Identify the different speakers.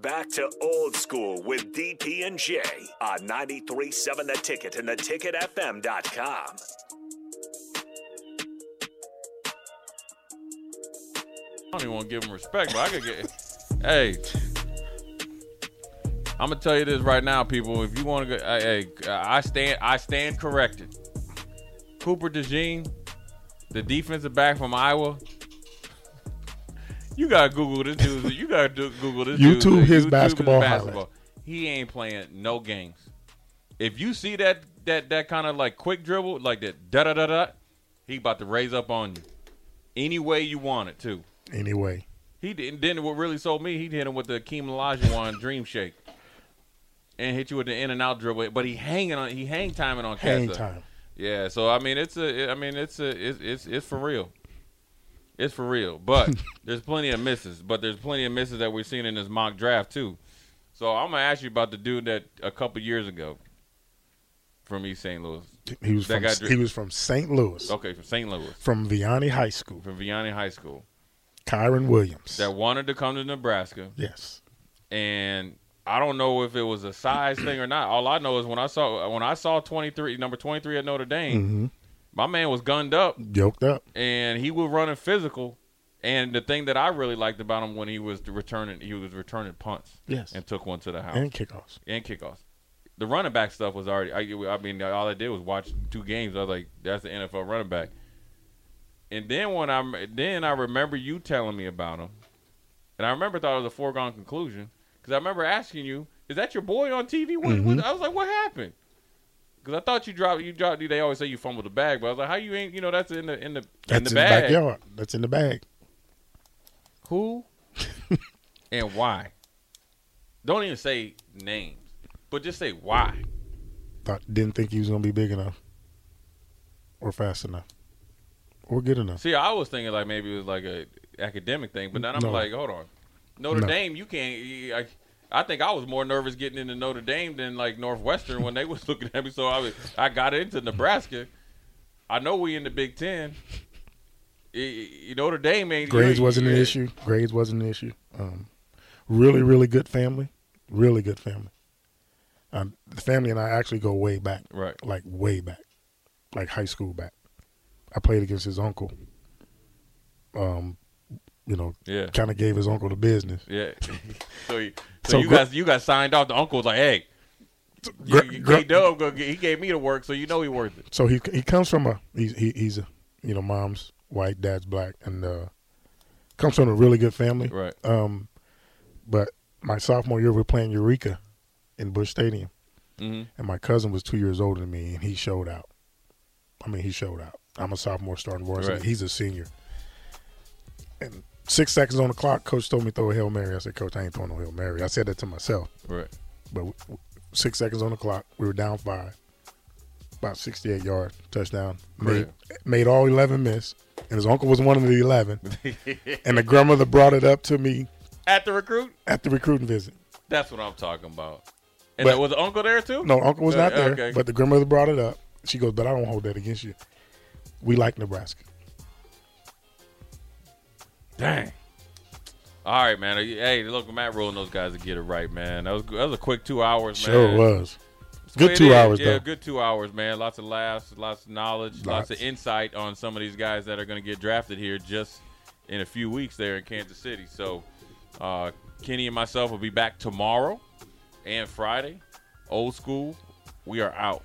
Speaker 1: back to old school with DP and J on 93.7 The Ticket and theticketfm.com.
Speaker 2: I don't even want to give him respect, but I could get. hey, I'm gonna tell you this right now, people. If you want to, go, hey, hey, I stand, I stand corrected. Cooper DeJean, the defensive back from Iowa. You gotta Google this dude. You gotta do, Google this.
Speaker 3: YouTube
Speaker 2: dude's-
Speaker 3: his basketball highlights.
Speaker 2: He ain't playing no games. If you see that that that kind of like quick dribble, like that da da da da, he about to raise up on you, any way you want it to.
Speaker 3: Anyway,
Speaker 2: He didn't. Then what really sold me, he hit him with the Akeem Olajuwon dream shake, and hit you with the in and out dribble. But he hanging on. He hang timing on.
Speaker 3: hang
Speaker 2: Kessler.
Speaker 3: time.
Speaker 2: Yeah. So I mean, it's a. I mean, it's a. It's it's, it's for real. It's for real. But there's plenty of misses. But there's plenty of misses that we've seen in this mock draft too. So I'm gonna ask you about the dude that a couple years ago from East St. Louis.
Speaker 3: He was
Speaker 2: That
Speaker 3: from
Speaker 2: guy dri-
Speaker 3: he was from St. Louis,
Speaker 2: Okay, from St. Louis,
Speaker 3: from Vianney High School.
Speaker 2: from Vianney High School,
Speaker 3: Kyron Williams.
Speaker 2: that wanted to come to Nebraska.
Speaker 3: yes.
Speaker 2: and I don't know if it was a size thing or not. All I know is when I saw when I saw twenty three number twenty three at Notre Dame,
Speaker 3: hmm
Speaker 2: my man was gunned up
Speaker 3: Yoked up.
Speaker 2: and he was running physical. And the thing that I really liked about him when he was returning, he was returning punts
Speaker 3: Yes.
Speaker 2: and took one to the house
Speaker 3: And kickoffs.
Speaker 2: and kickoffs. The running back stuff was already. I, I mean, all I did was watch two games. I was like, "That's the NFL running back." And then when I then I remember you telling me about him, and I remember thought it was a foregone conclusion because I remember asking you, "Is that your boy on TV?" What, what- I was like, "What happened?" Because I thought you dropped you dropped. They always say you fumbled the bag, but I was like, "How you ain't you know that's in the in the
Speaker 3: That's
Speaker 2: in the
Speaker 3: in
Speaker 2: bag?
Speaker 3: the backyard. That's in the bag.
Speaker 2: Who and why?" Don't even say names, but just say why.
Speaker 3: Thought didn't think he was gonna be big enough. Or fast enough. Or good enough.
Speaker 2: See, I was thinking like maybe it was like a academic thing, but then I'm
Speaker 3: No.
Speaker 2: like, hold on, Notre
Speaker 3: No.
Speaker 2: Dame, you can't. you- I, I think I was more nervous getting into Notre Dame than like Northwestern when they was looking at me. So I was, I got into Nebraska. I know we in the Big Ten. I- I- Notre Dame ain't
Speaker 3: Grades
Speaker 2: you-
Speaker 3: wasn't an
Speaker 2: yeah.
Speaker 3: issue. Grades wasn't an issue. Um, really, really good family. Really good family. Um, the family and I actually go way back.
Speaker 2: Right.
Speaker 3: Like way back. Like high school back. I played against his uncle. Um, you know,
Speaker 2: Yeah,
Speaker 3: kind of gave his uncle the business.
Speaker 2: yeah. so, you, so,
Speaker 3: So
Speaker 2: you
Speaker 3: gr-
Speaker 2: guys, you got signed off. The uncle was like, hey.
Speaker 3: Gr- gr-
Speaker 2: K Dub, he gave me the work, so you know he worth it.
Speaker 3: so he he comes from a he's he, he's a you know mom's white dad's black and uh comes from a really good family
Speaker 2: Right.
Speaker 3: um but my sophomore year we were playing eureka in bush stadium
Speaker 2: Mm-hmm.
Speaker 3: and my cousin was two years older than me and he showed out i mean he showed out i'm a sophomore starting varsity
Speaker 2: Right.
Speaker 3: he's a senior and six seconds on the clock coach told me throw a hail mary i said coach i ain't throwing no hail mary i said that to myself
Speaker 2: Right.
Speaker 3: but w- w- six seconds on the clock. We were down five, about 68 yard touchdown. Made, made all 11 miss, and his uncle was one of the 11. and the grandmother brought it up to me
Speaker 2: At the recruit,
Speaker 3: at the recruiting visit.
Speaker 2: That's what I'm talking about. And
Speaker 3: But-
Speaker 2: there was the uncle there too?
Speaker 3: No, uncle was not
Speaker 2: Uh,
Speaker 3: there,
Speaker 2: okay.
Speaker 3: but the grandmother brought it up. She goes, "But I don't hold that against you. We like Nebraska."
Speaker 2: Dang. All right, man. Hey, look, Matt Rule and those guys to get it right, man. That was that was a quick two hours,
Speaker 3: Sure
Speaker 2: man.
Speaker 3: was.
Speaker 2: It's
Speaker 3: Good
Speaker 2: what it
Speaker 3: two
Speaker 2: is.
Speaker 3: hours
Speaker 2: yeah,
Speaker 3: though.
Speaker 2: good two hours, man. Lots of laughs, lots of knowledge, lots,
Speaker 3: Lots.
Speaker 2: of insight on some of these guys that are going to get drafted here just in a few weeks there in Kansas City. So, uh, Kenny and myself will be back tomorrow and Friday. Old school, we are out.